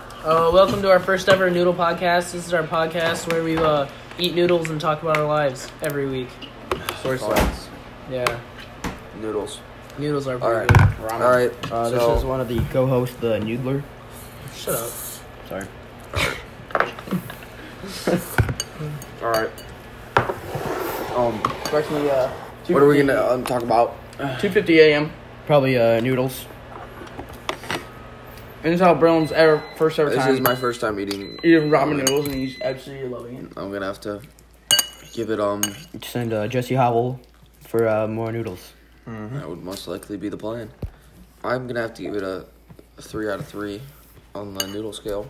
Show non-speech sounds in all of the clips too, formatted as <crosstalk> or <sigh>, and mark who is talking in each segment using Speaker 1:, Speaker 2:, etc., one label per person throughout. Speaker 1: Uh, welcome to our first ever noodle podcast. This is our podcast where we uh, eat noodles and talk about our lives every week.
Speaker 2: Soy sauce.
Speaker 1: Yeah,
Speaker 2: Noodles.
Speaker 1: noodles are
Speaker 2: All
Speaker 1: pretty
Speaker 2: right.
Speaker 1: good.
Speaker 2: All right.
Speaker 3: Uh, this
Speaker 2: so,
Speaker 3: is one of the co-hosts, the Noodler.
Speaker 1: Shut up.
Speaker 3: Sorry.
Speaker 2: all right. Um,
Speaker 3: Approximately, uh,
Speaker 2: what are we gonna um, talk about?
Speaker 4: 2:50 a.m.
Speaker 3: Probably uh, noodles.
Speaker 4: And it's how Brown's ever first ever
Speaker 2: This
Speaker 4: time
Speaker 2: is my first time E- eating.
Speaker 4: eating ramen noodles, and he's absolutely loving it.
Speaker 2: I'm gonna have to give it. Um,
Speaker 3: Send uh, Jesse Howell for uh, more noodles.
Speaker 2: that would most likely be the plan. I'm gonna have to give it a three out of three on the noodle scale.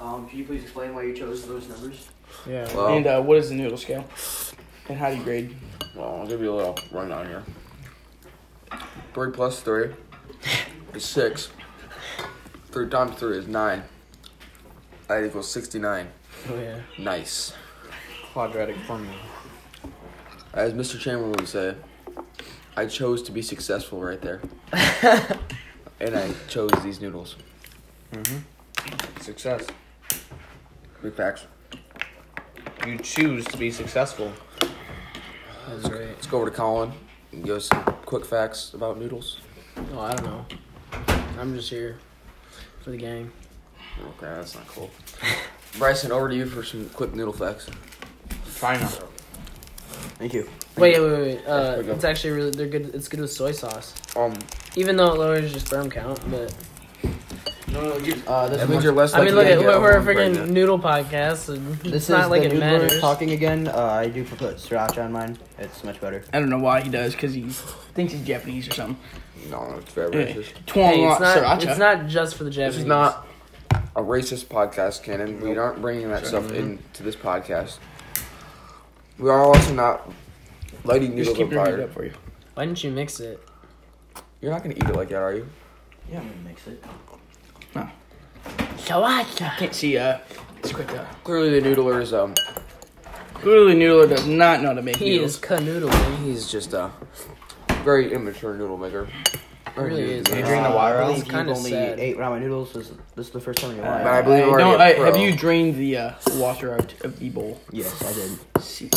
Speaker 3: Um, can you please explain why you chose those numbers?
Speaker 1: Yeah.
Speaker 2: Well,
Speaker 4: And uh, what is the noodle scale? And how do you grade?
Speaker 2: Well, I'll give you a little rundown here. Three plus three is six. Three times three is nine. That equals sixty-nine.
Speaker 1: Oh yeah.
Speaker 2: Nice.
Speaker 3: Quadratic formula.
Speaker 2: As Mr. Chamberlain would say, I chose to be successful right <laughs> there, and I chose these noodles.
Speaker 4: Success.
Speaker 2: Big facts.
Speaker 4: You choose to be successful.
Speaker 1: That's great.
Speaker 2: Let's go over to Colin and give us some quick facts about noodles.
Speaker 1: Oh, I don't know. I'm just here for the game.
Speaker 2: Okay, that's not cool. <laughs> Bryson, over to you for some quick noodle facts.
Speaker 4: China.
Speaker 3: Thank you.
Speaker 1: Wait, wait, wait. wait. Uh,
Speaker 2: Here we go.
Speaker 1: it's actually really they're good. It's good with soy sauce,
Speaker 2: Um,
Speaker 1: even though it lowers your sperm count. But
Speaker 4: No, no, you.
Speaker 3: Uh, this
Speaker 2: that
Speaker 3: is
Speaker 2: means
Speaker 3: one-
Speaker 2: you're less
Speaker 1: I
Speaker 2: likely
Speaker 1: mean, look,
Speaker 2: to
Speaker 1: at,
Speaker 2: get
Speaker 1: we're, we're a
Speaker 2: overwhelmed
Speaker 1: freaking
Speaker 2: right now.
Speaker 1: noodle podcast. And
Speaker 3: This
Speaker 1: it's not
Speaker 3: is
Speaker 1: like
Speaker 3: the
Speaker 1: it
Speaker 3: Noodler
Speaker 1: matters.
Speaker 3: talking again. Uh, I do put sriracha on mine. It's much better.
Speaker 4: I don't know why he does, cause he thinks he's Japanese or something.
Speaker 2: No, it's very
Speaker 4: Anyway,
Speaker 2: racist.
Speaker 4: Twang
Speaker 1: Hey, it's
Speaker 4: lot
Speaker 1: not.
Speaker 4: sriracha.
Speaker 1: It's not just for the Japanese.
Speaker 2: This is not a racist podcast, Cannon. We aren't bringing that stuff into this podcast. We are also not lighting noodles
Speaker 4: Just keep
Speaker 2: on
Speaker 4: your heat
Speaker 2: fire.
Speaker 4: up for you.
Speaker 1: Why didn't you mix it?
Speaker 2: You're not gonna eat it like that, are you?
Speaker 3: Yeah, I'm gonna mix it.
Speaker 1: Sriracha.
Speaker 4: Can't see. Uh, it's quick. Uh,
Speaker 2: Clearly, the noodler is um,
Speaker 4: clearly, noodler does not know how to make
Speaker 1: He
Speaker 4: noodles.
Speaker 1: is canoodling.
Speaker 2: he's just a very immature noodle maker. Very
Speaker 1: Really
Speaker 2: new
Speaker 1: is.
Speaker 2: to
Speaker 3: Did
Speaker 2: this.
Speaker 3: you drink the water?
Speaker 1: Uh,
Speaker 3: I
Speaker 1: it's
Speaker 3: believe
Speaker 1: kinda
Speaker 3: you've only
Speaker 1: sad.
Speaker 3: ate ramen noodles. This, this is the first time in your life.
Speaker 2: But I believe
Speaker 4: I
Speaker 2: you're already
Speaker 4: don't-
Speaker 2: a
Speaker 4: I-
Speaker 2: pro.
Speaker 4: have you drained the uh, water out of the bowl?
Speaker 3: yes, I did.
Speaker 4: See.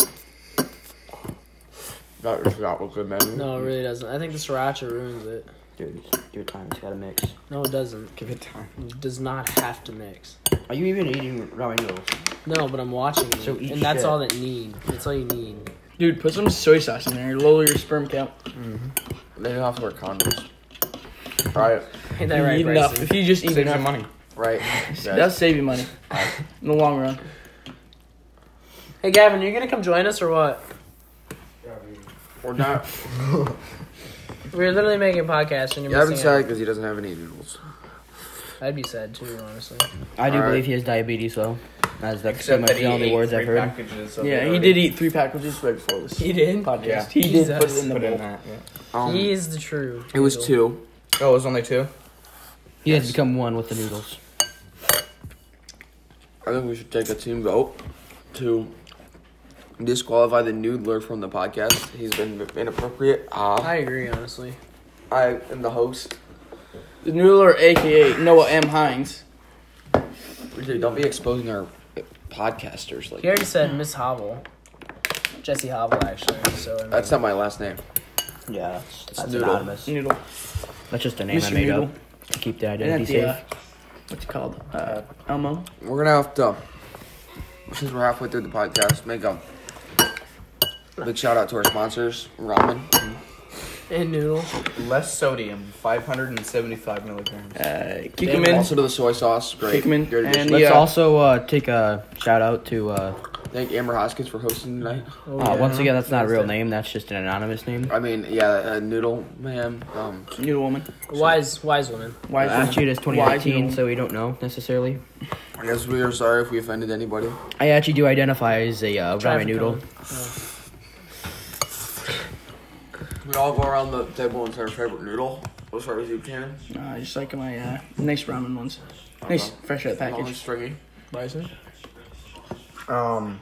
Speaker 2: That is not what good men.
Speaker 1: No, it really doesn't. I think the sriracha ruins it.
Speaker 3: Dude, your time. It's gotta mix.
Speaker 1: No, it doesn't.
Speaker 3: Give it time.
Speaker 1: It does not have to mix.
Speaker 3: Are you even eating ramen noodles?
Speaker 1: No, but I'm watching you,
Speaker 3: So eat
Speaker 1: and that's
Speaker 3: shit.
Speaker 1: all that need. That's all you need.
Speaker 4: Dude, put some soy sauce in there. Lower your sperm count.
Speaker 2: They don't have to wear condoms. Right,
Speaker 1: Ain't that
Speaker 4: You
Speaker 1: right,
Speaker 4: eat enough.
Speaker 1: Bryson?
Speaker 4: If you just eat enough,
Speaker 1: <laughs>
Speaker 2: right.
Speaker 4: that'll save
Speaker 2: <laughs>
Speaker 4: you money in the long run.
Speaker 1: Hey, Gavin, you're gonna come join us or what? <laughs>
Speaker 2: We're not.
Speaker 1: We're literally making a podcast, and you're
Speaker 2: Gavin
Speaker 1: missing out.
Speaker 2: sad because he doesn't have any noodles.
Speaker 1: I'd be sad too, honestly.
Speaker 3: I do
Speaker 2: Alright.
Speaker 3: believe he has diabetes, though. That's like pretty much the only words I've heard.
Speaker 4: Yeah, he did eat three packages right before this
Speaker 1: He did.
Speaker 4: podcast.
Speaker 5: Yeah.
Speaker 4: He did put it
Speaker 1: Jesus.
Speaker 4: in the bowl.
Speaker 2: Um,
Speaker 1: he is the true.
Speaker 2: it was
Speaker 1: noodle.
Speaker 2: two.
Speaker 5: Oh, it was only two.
Speaker 3: He has become one with the noodles.
Speaker 2: I think we should take a team vote to disqualify the noodler from the podcast. He's been inappropriate. Uh,
Speaker 1: I agree, honestly.
Speaker 2: I am the host.
Speaker 4: The noodler, aka Noah M. Hines.
Speaker 2: Dude, don't be exposing our podcasters like
Speaker 1: He already said Miss Hobble, Jesse Hobble, actually. So I mean,
Speaker 2: That's not my last name.
Speaker 3: Yeah, that's, that's
Speaker 2: noodle.
Speaker 3: anonymous.
Speaker 4: Noodle.
Speaker 3: That's just a name I
Speaker 4: Mr.
Speaker 3: made
Speaker 4: Noodle.
Speaker 3: up to keep the
Speaker 4: And
Speaker 3: identity
Speaker 4: at the,
Speaker 3: safe.
Speaker 4: uh, what's it called? Uh, Elmo.
Speaker 2: We're gonna have to, since we're halfway through the podcast, make a big shout out to our sponsors, Ramen.
Speaker 1: and noodle.
Speaker 5: Less sodium, 575 milligrams.
Speaker 4: Uh, kick
Speaker 1: Damn,
Speaker 4: him in.
Speaker 2: Also to the soy sauce, great.
Speaker 4: Hickman
Speaker 2: Great addition.
Speaker 4: and-
Speaker 3: Let's
Speaker 4: yeah.
Speaker 3: also uh, take a shout out to. Uh,
Speaker 2: Thank Amber Hoskins for hosting tonight.
Speaker 1: Oh,
Speaker 3: uh,
Speaker 1: yeah.
Speaker 3: once again, that's not a real
Speaker 1: Who's that?
Speaker 3: name. That's just an anonymous name.
Speaker 2: I mean, yeah, uh, Noodle Man. Um,
Speaker 4: Noodle woman.
Speaker 1: Wise, wise woman.
Speaker 4: Why
Speaker 3: The
Speaker 4: is
Speaker 3: statute is
Speaker 4: Why is
Speaker 3: 2019,
Speaker 4: it-
Speaker 3: so we don't know necessarily.
Speaker 2: I guess we are sorry if we offended anybody.
Speaker 3: I actually do identify as a uh, ramen
Speaker 1: Traffic
Speaker 3: noodle.
Speaker 1: cone.
Speaker 2: We all go around the table and say our favorite noodle. We'll start with you, Cannon.
Speaker 4: Nah, I just like my uh, nice ramen ones. Nice, fresh out of the
Speaker 2: Long and
Speaker 4: package.
Speaker 2: stringy.
Speaker 4: Bison.
Speaker 5: Um.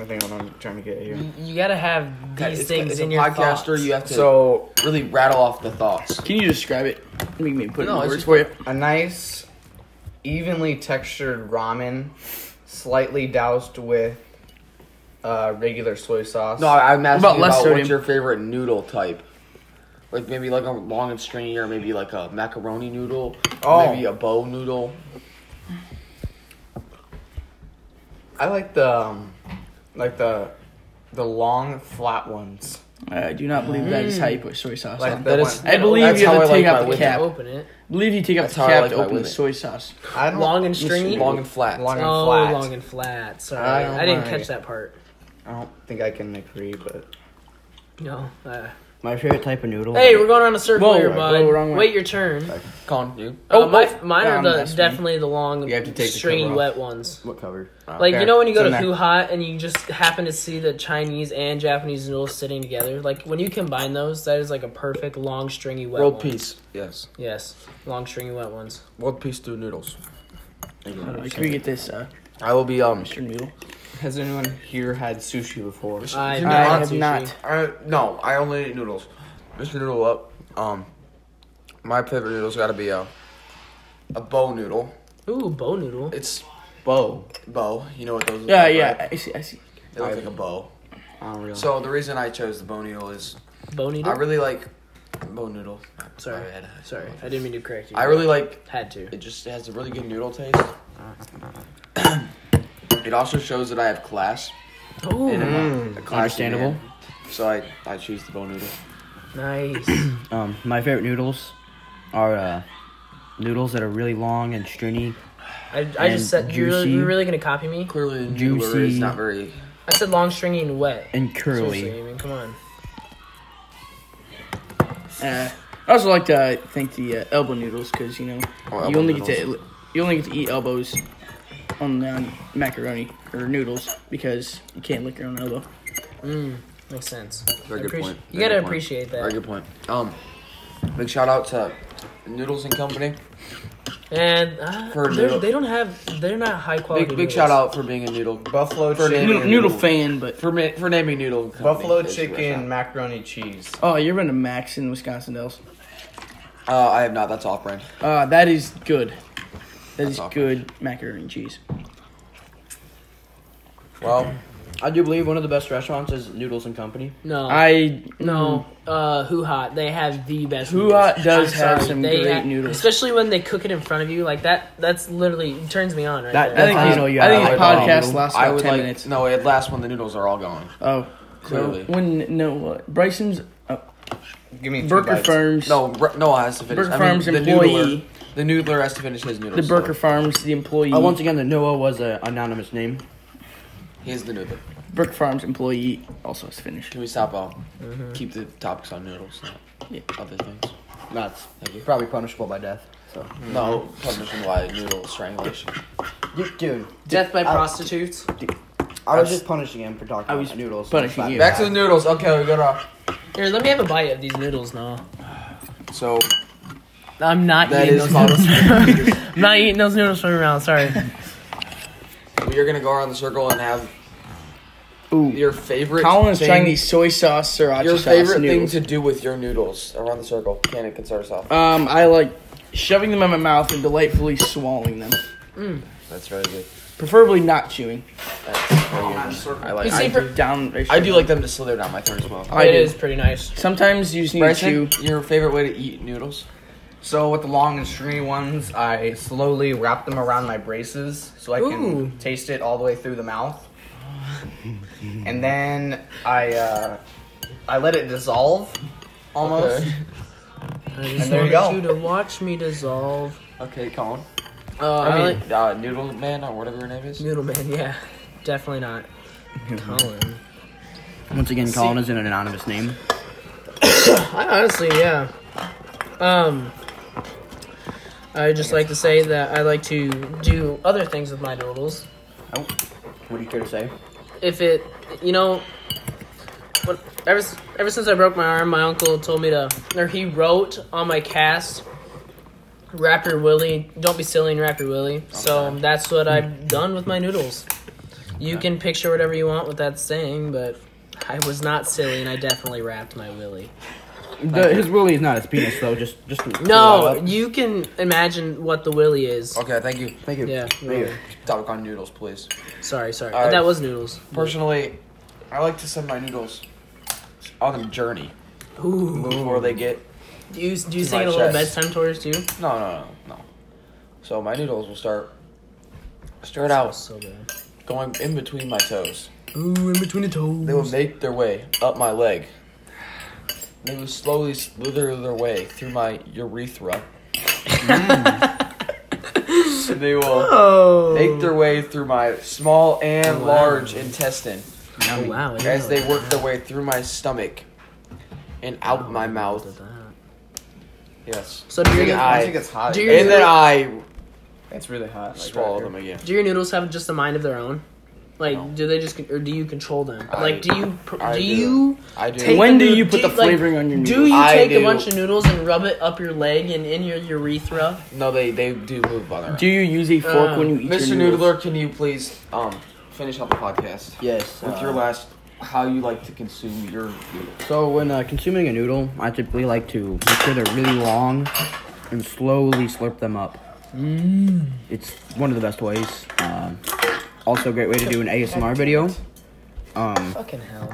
Speaker 5: I think I'm- I'm trying to get here.
Speaker 1: You, you gotta have
Speaker 2: Yeah,
Speaker 1: these
Speaker 2: it's-
Speaker 1: things
Speaker 2: it's
Speaker 1: in
Speaker 2: a
Speaker 1: your
Speaker 2: podcaster,
Speaker 1: thoughts.
Speaker 2: you have to
Speaker 5: So
Speaker 2: really rattle off the thoughts.
Speaker 4: Can you describe it? Make me put
Speaker 2: No,
Speaker 4: it in
Speaker 2: it's
Speaker 4: words
Speaker 2: just-
Speaker 4: for you.
Speaker 5: a nice, evenly textured ramen, slightly doused with uh, regular soy sauce.
Speaker 2: No, I- I'm asking
Speaker 4: About
Speaker 2: you
Speaker 4: less
Speaker 2: about
Speaker 4: sodium.
Speaker 2: what's your favorite noodle type. Like maybe like a long and stringy, or maybe like a macaroni noodle,
Speaker 5: Oh.
Speaker 2: maybe a bow noodle.
Speaker 5: I like the um, like the the long flat ones.
Speaker 4: I Uh, do not believe that is how you put soy sauce
Speaker 5: Like
Speaker 4: on.
Speaker 5: that
Speaker 2: That
Speaker 5: one.
Speaker 2: is-
Speaker 4: I believe
Speaker 2: That's
Speaker 4: you
Speaker 2: how
Speaker 4: have
Speaker 2: I
Speaker 4: to
Speaker 2: like
Speaker 4: take
Speaker 2: my
Speaker 4: out the
Speaker 2: whip.
Speaker 4: cap.
Speaker 1: Open it.
Speaker 4: believe you take out
Speaker 2: That's
Speaker 4: the
Speaker 2: how I
Speaker 4: cap
Speaker 2: like
Speaker 4: to
Speaker 2: my
Speaker 4: open the
Speaker 2: whip.
Speaker 4: soy sauce.
Speaker 5: I don't
Speaker 1: Long and stringy.
Speaker 2: Long and flat.
Speaker 5: Long and
Speaker 1: oh,
Speaker 5: flat.
Speaker 1: long and flat. Sorry,
Speaker 5: I don't
Speaker 1: I, didn't
Speaker 5: like-
Speaker 1: catch that part.
Speaker 5: I don't think I can agree, but
Speaker 1: No. Uh,
Speaker 3: My favorite type of noodle.
Speaker 1: hey, we're going on a circle
Speaker 4: Whoa,
Speaker 1: here,
Speaker 4: whoa,
Speaker 1: bud.
Speaker 4: wrong way.
Speaker 1: Wait your turn.
Speaker 2: Con you.
Speaker 1: Oh,
Speaker 4: Oh,
Speaker 1: my,
Speaker 4: oh,
Speaker 1: mine
Speaker 4: yeah,
Speaker 1: are
Speaker 4: I'm
Speaker 1: the
Speaker 4: messing.
Speaker 1: definitely the long,
Speaker 5: You have to take the
Speaker 1: stringy,
Speaker 5: cover off.
Speaker 1: wet ones.
Speaker 3: What cover?
Speaker 1: Like
Speaker 5: Okay.
Speaker 1: you know when you go
Speaker 5: So
Speaker 1: to
Speaker 5: now-
Speaker 1: Who Hot and you just happen to see the Chinese and Japanese noodles sitting together. Like when you combine those, that is like a perfect long, stringy, wet
Speaker 2: World
Speaker 1: one.
Speaker 2: peace. Yes.
Speaker 1: Yes, long, stringy, wet ones.
Speaker 2: World peace through noodles.
Speaker 4: Uh, can we get this, uh,
Speaker 2: I will be um.
Speaker 4: Mr. Noodle?
Speaker 5: has anyone here had sushi before?
Speaker 1: I,
Speaker 4: I have not.
Speaker 2: I no, I only eat noodles. Mr. Noodle up. Um, my favorite noodles got to be a a bow noodle.
Speaker 1: Ooh, bow noodle.
Speaker 2: It's
Speaker 5: Bo.
Speaker 2: bow. You know what those? look
Speaker 4: Yeah,
Speaker 2: like,
Speaker 4: yeah.
Speaker 2: right?
Speaker 4: I see. I see.
Speaker 2: They look like a bow.
Speaker 5: I don't really.
Speaker 2: So the reason I chose the bow noodle is
Speaker 1: Bow
Speaker 2: I
Speaker 1: noodle.
Speaker 2: really like bow noodle.
Speaker 1: Sorry.
Speaker 2: My bad.
Speaker 1: Sorry, I didn't mean to correct you.
Speaker 2: I really like.
Speaker 1: had to.
Speaker 2: It just has a really good noodle taste. it also shows that I have class.
Speaker 1: Ooh,
Speaker 2: A classy man.
Speaker 3: understandable.
Speaker 2: So I I choose the bow noodle.
Speaker 1: nice.
Speaker 3: Um, my favorite noodles are uh, noodles that are really long and stringy.
Speaker 1: I, I just said you're really,
Speaker 3: juicy.
Speaker 1: you're really gonna copy me?
Speaker 2: Clearly, the noodler is
Speaker 3: Juicy.
Speaker 2: not very.
Speaker 1: I said long, stringy, and wet.
Speaker 3: And curly.
Speaker 1: Seriously, I mean, come on.
Speaker 4: Uh, I also like to uh, thank the uh, elbow noodles because you know
Speaker 2: Oh,
Speaker 4: you
Speaker 2: elbow
Speaker 4: only get
Speaker 2: noodles.
Speaker 4: to you only get to eat elbows on um, macaroni or noodles because you can't lick your own elbow.
Speaker 1: Mm, makes sense.
Speaker 2: Very
Speaker 1: I
Speaker 2: good
Speaker 1: appreci-
Speaker 2: point.
Speaker 1: You
Speaker 2: Very
Speaker 1: gotta
Speaker 2: good point.
Speaker 1: appreciate
Speaker 2: Very
Speaker 1: that.
Speaker 2: good point. Um, big shout out to Noodles and Company.
Speaker 1: And uh,
Speaker 2: For
Speaker 1: they're-
Speaker 2: noodle-
Speaker 1: they don't have. They're not high quality.
Speaker 2: Big big
Speaker 1: noodles.
Speaker 2: shout out for being a noodle
Speaker 5: Buffalo
Speaker 2: For
Speaker 5: chicken.
Speaker 4: Noodle,
Speaker 2: Noodle-
Speaker 4: noodle fan, but
Speaker 2: for ma- for naming Noodle. and Company
Speaker 5: Buffalo
Speaker 2: is
Speaker 5: chicken
Speaker 2: restaurant.
Speaker 5: macaroni cheese.
Speaker 4: oh, you're running Max in Wisconsin Dells.
Speaker 2: Uh, I have not. That's off brand.
Speaker 4: Uh, that is good. That is
Speaker 2: awesome. Oh.
Speaker 4: good macaroni and cheese.
Speaker 2: Well,
Speaker 3: I do believe one of the best restaurants is Noodles and Company.
Speaker 1: No.
Speaker 4: I
Speaker 1: no. Uh, Hoo Hot. They have the best.
Speaker 4: Hoo
Speaker 1: noodles.
Speaker 4: Hot does
Speaker 1: I'm
Speaker 4: have
Speaker 1: sorry,
Speaker 4: some
Speaker 1: they
Speaker 4: great
Speaker 1: ha-
Speaker 4: noodles.
Speaker 1: especially when they cook it in front of you like that. That's literally it turns me on right
Speaker 3: That-
Speaker 4: I
Speaker 1: there.
Speaker 3: that's-
Speaker 4: think
Speaker 3: how you
Speaker 4: these-
Speaker 3: know you
Speaker 4: I
Speaker 3: have
Speaker 4: think
Speaker 3: a
Speaker 4: the
Speaker 3: hot dog
Speaker 4: podcast
Speaker 3: noodle.
Speaker 4: lasts
Speaker 2: I
Speaker 4: about
Speaker 2: would
Speaker 4: ten
Speaker 2: like
Speaker 4: minutes.
Speaker 2: no. It last when the noodles are all gone.
Speaker 4: Oh,
Speaker 2: Clearly.
Speaker 4: No, when no uh, Bryson's uh,
Speaker 5: Give me two
Speaker 4: Burger
Speaker 5: bites.
Speaker 4: Farms.
Speaker 2: No, Br- no, has to finish.
Speaker 4: Burger
Speaker 2: I mean,
Speaker 4: Farm's
Speaker 2: the
Speaker 4: employee.
Speaker 2: Noodler, the noodler has to finish his noodles.
Speaker 4: the Burger
Speaker 2: So
Speaker 4: Farms, the employee.
Speaker 3: Uh, once again, the Noah was an anonymous name.
Speaker 2: he's the noodler.
Speaker 4: Burger Farms employee also has finished.
Speaker 2: Can we stop? Um, keep the topics on noodles, not
Speaker 4: Mm-hmm. Yeah.
Speaker 2: other things.
Speaker 3: That's
Speaker 2: Thank you.
Speaker 3: probably punishable by death. So,
Speaker 2: No, punishment by noodle strangulation.
Speaker 3: Du- dude,
Speaker 1: Death by
Speaker 3: I-
Speaker 1: prostitutes.
Speaker 3: I was just punishing him for talking
Speaker 4: I was
Speaker 3: about noodles.
Speaker 4: punishing
Speaker 3: But-
Speaker 4: you.
Speaker 2: Back to the noodles. Okay, we got off.
Speaker 1: Here, let me have a bite of these noodles now.
Speaker 2: So
Speaker 1: I'm not
Speaker 2: that
Speaker 1: eating
Speaker 2: is
Speaker 1: those
Speaker 2: Bob's.
Speaker 1: noodles.
Speaker 4: <laughs>
Speaker 1: I'm not eating those noodles from your mouth.
Speaker 5: <laughs>
Speaker 1: Sorry.
Speaker 2: <laughs> we are gonna go around the circle and have
Speaker 4: Ooh,
Speaker 2: your favorite.
Speaker 4: Colin is
Speaker 2: thing-
Speaker 4: trying these soy sauce sriracha
Speaker 2: Your
Speaker 4: sauce
Speaker 2: favorite thing
Speaker 4: noodles.
Speaker 2: to do with your noodles around the circle. Can it concern yourself?
Speaker 4: um, I like shoving them in my mouth and delightfully swallowing them.
Speaker 2: That's really good.
Speaker 4: Preferably not chewing.
Speaker 2: That's very good. I like.
Speaker 1: You see,
Speaker 4: I
Speaker 2: I,
Speaker 1: for-
Speaker 4: do down.
Speaker 2: I do like them to slither down my throat as well.
Speaker 4: I
Speaker 1: it
Speaker 4: do.
Speaker 1: is pretty nice.
Speaker 4: Sometimes you just need
Speaker 2: Bryson,
Speaker 4: to.
Speaker 2: your favorite way to eat noodles?
Speaker 5: So with the long and stringy ones, I slowly wrap them around my braces so I can
Speaker 1: Ooh.
Speaker 5: taste it all the way through the mouth. and then I uh, I let it dissolve almost.
Speaker 2: Okay.
Speaker 1: I just
Speaker 5: And there you
Speaker 1: wanted
Speaker 5: go.
Speaker 1: to watch me dissolve.
Speaker 2: Okay, Colin.
Speaker 1: Uh,
Speaker 2: I
Speaker 1: I
Speaker 2: mean,
Speaker 1: like
Speaker 2: uh, noodle man or whatever your name is.
Speaker 1: noodle man. <laughs> Yeah, definitely
Speaker 5: <laughs>
Speaker 1: not. Colin.
Speaker 3: Once again, Colin is an anonymous name.
Speaker 1: I honestly, yeah. Um, I just like to say that I like to do other things with my noodles.
Speaker 3: What do you care to say?
Speaker 1: If it, you know, when, ever s- ever since I broke my arm, my uncle told me to, or he wrote on my cast, "Rapper Willie, don't be silly and Rapper Willie." So that's what I've done with my noodles. You can picture whatever you want with that saying, but I was not silly and I definitely wrapped my willy.
Speaker 3: The, his willy is not his penis though. Just just to clear
Speaker 1: No,
Speaker 3: that up.
Speaker 1: you can imagine what the willy is.
Speaker 2: Okay, thank you.
Speaker 3: Thank you.
Speaker 1: Yeah,
Speaker 3: Thank you.
Speaker 1: willy.
Speaker 2: Topic on noodles, please.
Speaker 1: sorry, sorry.
Speaker 2: All right.
Speaker 1: That was noodles.
Speaker 2: Personally, I like to send my noodles on a journey
Speaker 1: Ooh.
Speaker 2: before they get.
Speaker 1: Do you do you
Speaker 2: To
Speaker 1: sing
Speaker 2: my
Speaker 1: it a little
Speaker 2: chest.
Speaker 1: bedtime stories too?
Speaker 2: No, no, no, no. So my noodles will start. Start out
Speaker 1: So good.
Speaker 2: going in between my toes.
Speaker 1: Ooh, in between the
Speaker 2: They will
Speaker 1: toes.
Speaker 2: make their way up my leg. They will slowly slither their way through my urethra. Mm.
Speaker 5: <laughs>
Speaker 2: and they will
Speaker 1: Oh.
Speaker 2: make their way through my small and
Speaker 1: Wow.
Speaker 2: large intestine
Speaker 1: Oh, wow. I didn't
Speaker 2: as
Speaker 1: know
Speaker 2: they
Speaker 1: that. Oh,
Speaker 2: work their way through my stomach and out my mouth. Yes.
Speaker 1: So do
Speaker 5: I
Speaker 1: your,
Speaker 5: think, it-
Speaker 1: noodles,
Speaker 5: I
Speaker 2: I-
Speaker 5: think it's hot.
Speaker 1: Do you-
Speaker 2: And then I
Speaker 5: It's really hot. Like
Speaker 2: swallow
Speaker 5: right
Speaker 2: them again.
Speaker 1: do your noodles have just a mind of their own? Like,
Speaker 2: No.
Speaker 1: do they just or do you control them?
Speaker 2: I-
Speaker 1: like, do you pr-
Speaker 2: I
Speaker 1: do
Speaker 2: do.
Speaker 1: you
Speaker 2: I do.
Speaker 1: take
Speaker 3: When
Speaker 1: a
Speaker 3: do
Speaker 1: noo-
Speaker 3: you put the
Speaker 1: like,
Speaker 3: flavoring on your
Speaker 1: Do
Speaker 3: noodles?
Speaker 1: you
Speaker 2: I
Speaker 1: take a
Speaker 2: do.
Speaker 1: bunch of noodles and rub it up your leg and in your urethra?
Speaker 2: No, they, they do move on their own.
Speaker 3: Do you use a fork
Speaker 1: Uh,
Speaker 3: when you eat
Speaker 2: Mr.
Speaker 3: your noodles?
Speaker 2: Noodler, can you please um finish up the podcast
Speaker 3: Yes.
Speaker 2: with
Speaker 3: uh,
Speaker 2: your last how you like to consume your noodles?
Speaker 3: So when uh, consuming a noodle, I typically like to make sure they're really long and slowly slurp them up. Mm. It's one of the best ways. Um, also, a great way to do an ASMR video. Um,
Speaker 1: Fucking hell.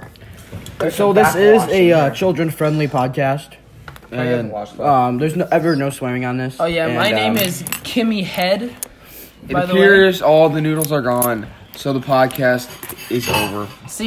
Speaker 3: so
Speaker 5: some
Speaker 3: this is
Speaker 5: backwash
Speaker 3: a
Speaker 5: in
Speaker 3: uh,
Speaker 5: there.
Speaker 3: children-friendly podcast,
Speaker 5: you have
Speaker 3: and
Speaker 5: to wash that.
Speaker 3: um, there's no, ever no swearing on this.
Speaker 1: Oh yeah,
Speaker 3: And,
Speaker 1: my name
Speaker 3: um,
Speaker 1: is Kimmy Head.
Speaker 2: It
Speaker 1: by the way.
Speaker 2: appears all the noodles are gone, so the podcast is over.